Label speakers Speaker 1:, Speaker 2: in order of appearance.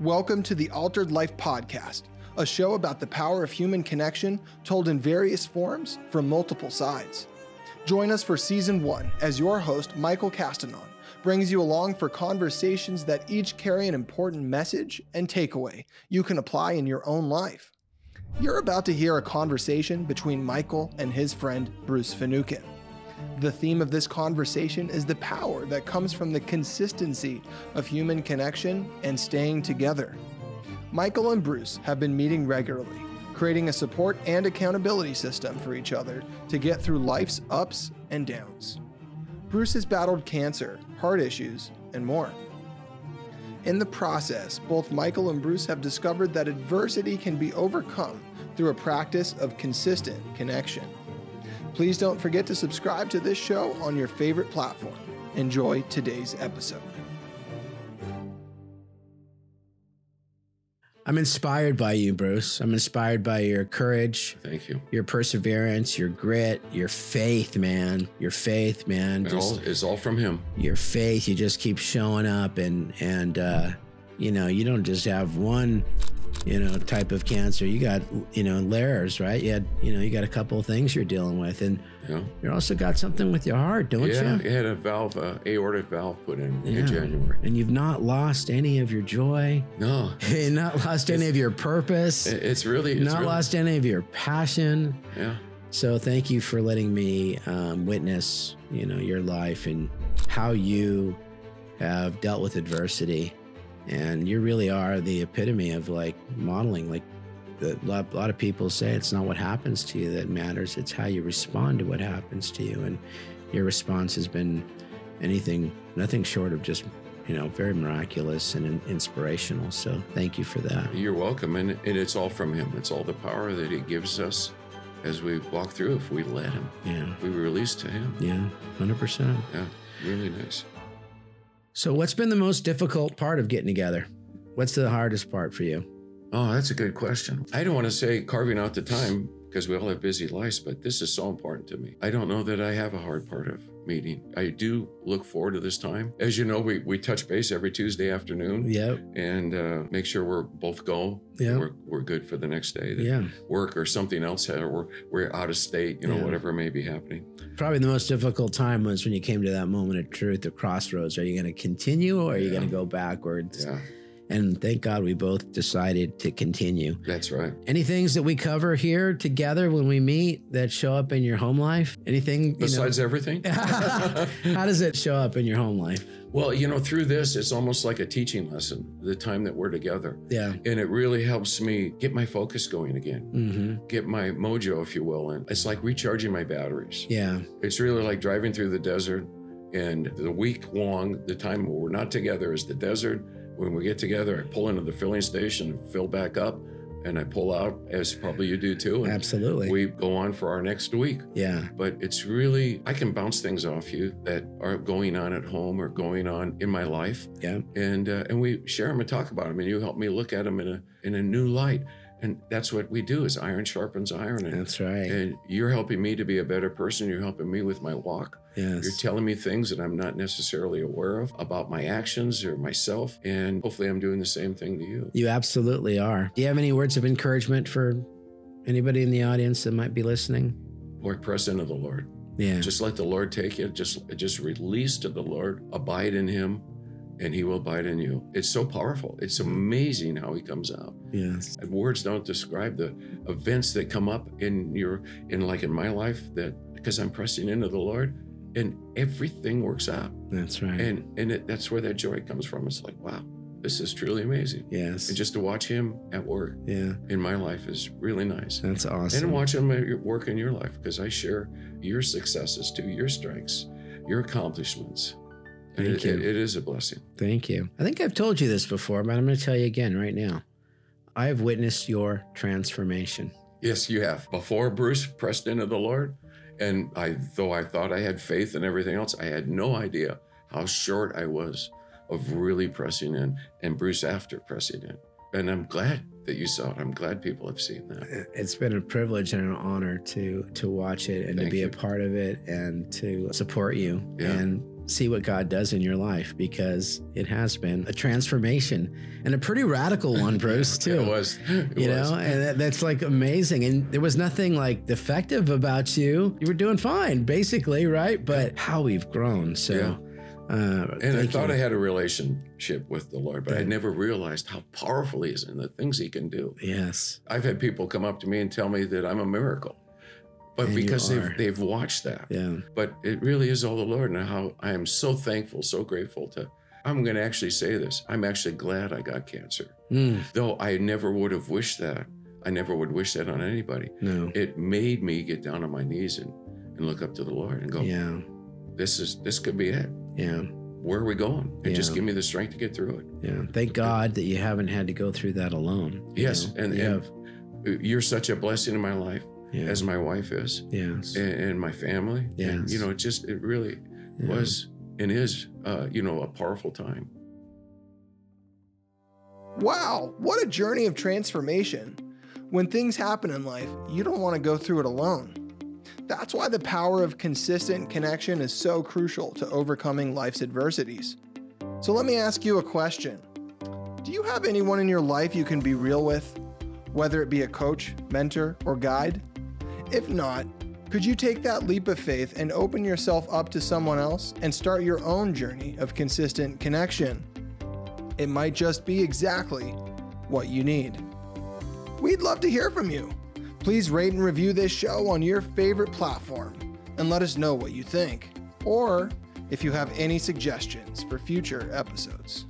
Speaker 1: Welcome to the Altered Life Podcast, a show about the power of human connection told in various forms from multiple sides. Join us for season one as your host, Michael Castanon, brings you along for conversations that each carry an important message and takeaway you can apply in your own life. You're about to hear a conversation between Michael and his friend, Bruce Finucane. The theme of this conversation is the power that comes from the consistency of human connection and staying together. Michael and Bruce have been meeting regularly, creating a support and accountability system for each other to get through life's ups and downs. Bruce has battled cancer, heart issues, and more. In the process, both Michael and Bruce have discovered that adversity can be overcome through a practice of consistent connection. Please don't forget to subscribe to this show on your favorite platform. Enjoy today's episode.
Speaker 2: I'm inspired by you, Bruce. I'm inspired by your courage,
Speaker 3: Thank you.
Speaker 2: your perseverance, your grit, your faith, man. Your faith, man.
Speaker 3: It all,
Speaker 2: Just
Speaker 3: it's all from him.
Speaker 2: your faith. You just keep showing up, and and uh, you know you don't just have one, you know, type of cancer. You got you know layers, right? You had you know you got a couple of things you're dealing with, and
Speaker 3: You know?
Speaker 2: you also got something with your heart, don't
Speaker 3: yeah,
Speaker 2: you?
Speaker 3: he had a valve, uh, aortic valve put in
Speaker 2: Yeah.
Speaker 3: in January.
Speaker 2: And you've not lost any of your joy.
Speaker 3: No,
Speaker 2: You've not lost any of your purpose.
Speaker 3: it- it's really it's
Speaker 2: not
Speaker 3: really,
Speaker 2: lost any of your passion.
Speaker 3: Yeah,
Speaker 2: So thank you for letting me um, witness, you know, your life and how you have dealt with adversity, and you really are the epitome of like modeling. Like the, a lot, lot of people say, it's not what happens to you that matters; it's how you respond to what happens to you. And your response has been anything, nothing short of just, you know, very miraculous and in- inspirational. So thank you for that.
Speaker 3: you're welcome, and and it's all from him. It's all the power that he gives us as we walk through. If we let him,
Speaker 2: Yeah,
Speaker 3: if we release to him.
Speaker 2: yeah, hundred percent.
Speaker 3: Yeah, really nice.
Speaker 2: So, what's been the most difficult part of getting together? What's the hardest part for you?
Speaker 3: Oh, that's a good question. I don't want to say carving out the time because we all have busy lives, but this is so important to me. I don't know that I have a hard part of meeting. I do look forward to this time. As you know, we, we touch base every Tuesday afternoon.
Speaker 2: Yep.
Speaker 3: and uh, make sure we're both go.
Speaker 2: Yeah.
Speaker 3: We're, we're good for the next day. The
Speaker 2: Yeah.
Speaker 3: Work or something else, or we're, we're out of state, you know,
Speaker 2: Yeah.
Speaker 3: whatever may be happening.
Speaker 2: Probably the most difficult time was when you came to that moment of truth, the crossroads. Are you going to continue or are you
Speaker 3: Yeah.
Speaker 2: going to go backwards?
Speaker 3: Yeah,
Speaker 2: And thank God we both decided to continue.
Speaker 3: that's right.
Speaker 2: Any things that we cover here together when we meet that show up in your home life? Anything? you know-
Speaker 3: Besides everything.
Speaker 2: how does it show up in your home life?
Speaker 3: well, you know, through this, it's almost like a teaching lesson, the time that we're together.
Speaker 2: Yeah.
Speaker 3: And it really helps me get my focus going again,
Speaker 2: hmm
Speaker 3: get my mojo, if you will. And it's like recharging my batteries.
Speaker 2: Yeah.
Speaker 3: It's really like driving through the desert and the week long, the time when we're not together is the desert. When we get together, I pull into the filling station and fill back up and I pull out as probably you do too. And
Speaker 2: Absolutely.
Speaker 3: we go on for our next week.
Speaker 2: yeah.
Speaker 3: But it's really, I can bounce things off you that are going on at home or going on in my life.
Speaker 2: Yeah.
Speaker 3: And, uh, and we share them and talk about them and you help me look at them in a, in a new light. And that's what we do is iron sharpens iron. And,
Speaker 2: That's right.
Speaker 3: and you're helping me to be a better person. You're helping me with my walk. You're
Speaker 2: Yes.
Speaker 3: telling me things that I'm not necessarily aware of about my actions or myself. And hopefully, I'm doing the same thing to you.
Speaker 2: You absolutely are. Do you have any words of encouragement for anybody in the audience that might be listening?
Speaker 3: Boy, press into the Lord.
Speaker 2: Yeah.
Speaker 3: Just let the Lord take you. Just, just release to the Lord. Abide in Him, and He will abide in you. It's so powerful. It's amazing how He comes out.
Speaker 2: Yes.
Speaker 3: And Words don't describe the events that come up in your, in like in my life, that because I'm pressing into the Lord, and everything works out.
Speaker 2: That's right.
Speaker 3: And and it, that's where that joy comes from. It's like, wow, this is truly amazing.
Speaker 2: yes.
Speaker 3: And just to watch him at work
Speaker 2: yeah.
Speaker 3: in my life is really nice.
Speaker 2: That's awesome.
Speaker 3: And watch him at your- work in your life because I share your successes too, your strengths, your accomplishments. And
Speaker 2: Thank
Speaker 3: it-
Speaker 2: you.
Speaker 3: it- it is a blessing.
Speaker 2: Thank you. I think I've told you this before, but I'm going to tell you again right now. I have witnessed your transformation.
Speaker 3: Yes, you have. Before Bruce pressed into the Lord, and I, though I thought I had faith and everything else, I had no idea how short I was of really pressing in, and Bruce after pressing in. And I'm glad that you saw it. I'm glad people have seen that.
Speaker 2: It's been a privilege and an honor to to watch it and to
Speaker 3: Thank
Speaker 2: be a
Speaker 3: you.
Speaker 2: part of it and to support you.
Speaker 3: Yeah.
Speaker 2: And see what God does in your life because it has been a transformation and a pretty radical one, Bruce, too.
Speaker 3: It was. It
Speaker 2: you
Speaker 3: was.
Speaker 2: know, and that, that's like amazing. And there was nothing like defective about you. You were doing fine, basically, right? But how we've grown. So, uh,
Speaker 3: Yeah. And I
Speaker 2: thank
Speaker 3: thought
Speaker 2: you.
Speaker 3: I had a relationship with the Lord, but I
Speaker 2: Yeah.
Speaker 3: never realized how powerful He is and the things He can do.
Speaker 2: Yes.
Speaker 3: I've had people come up to me and tell me that I'm a miracle, but
Speaker 2: And you
Speaker 3: because
Speaker 2: are.
Speaker 3: they've, they've watched that.
Speaker 2: Yeah.
Speaker 3: But it really is all the Lord, and how I am so thankful, so grateful to. I'm going to actually say this. I'm actually glad I got cancer,
Speaker 2: Mm,
Speaker 3: though I never would have wished that. I never would wish that on anybody.
Speaker 2: no.
Speaker 3: It made me get down on my knees and, and look up to the Lord and go,
Speaker 2: Yeah.
Speaker 3: "This is this could be it.
Speaker 2: Yeah.
Speaker 3: Where are we going?" And just
Speaker 2: Yeah.
Speaker 3: give me the strength to get through it.
Speaker 2: Yeah. Thank God that you haven't had to go through that alone. you
Speaker 3: Yes,
Speaker 2: know?
Speaker 3: and-
Speaker 2: you
Speaker 3: and-
Speaker 2: have.
Speaker 3: Uh, You're such a blessing in my life,
Speaker 2: Yeah.
Speaker 3: as my wife is,
Speaker 2: yes.
Speaker 3: and, and my family. And,
Speaker 2: Yes.
Speaker 3: you know, it just it really
Speaker 2: yeah.
Speaker 3: was and is, uh, you know, a powerful time.
Speaker 1: Wow, what a journey of transformation. When things happen in life, you don't want to go through it alone. That's why the power of consistent connection is so crucial to overcoming life's adversities. So let me ask you a question Do you have anyone in your life you can be real with, whether it be a coach, mentor, or guide? If not, could you take that leap of faith and open yourself up to someone else and start your own journey of consistent connection? it might just be exactly what you need. We'd love to hear from you. Please rate and review this show on your favorite platform and let us know what you think, or if you have any suggestions for future episodes.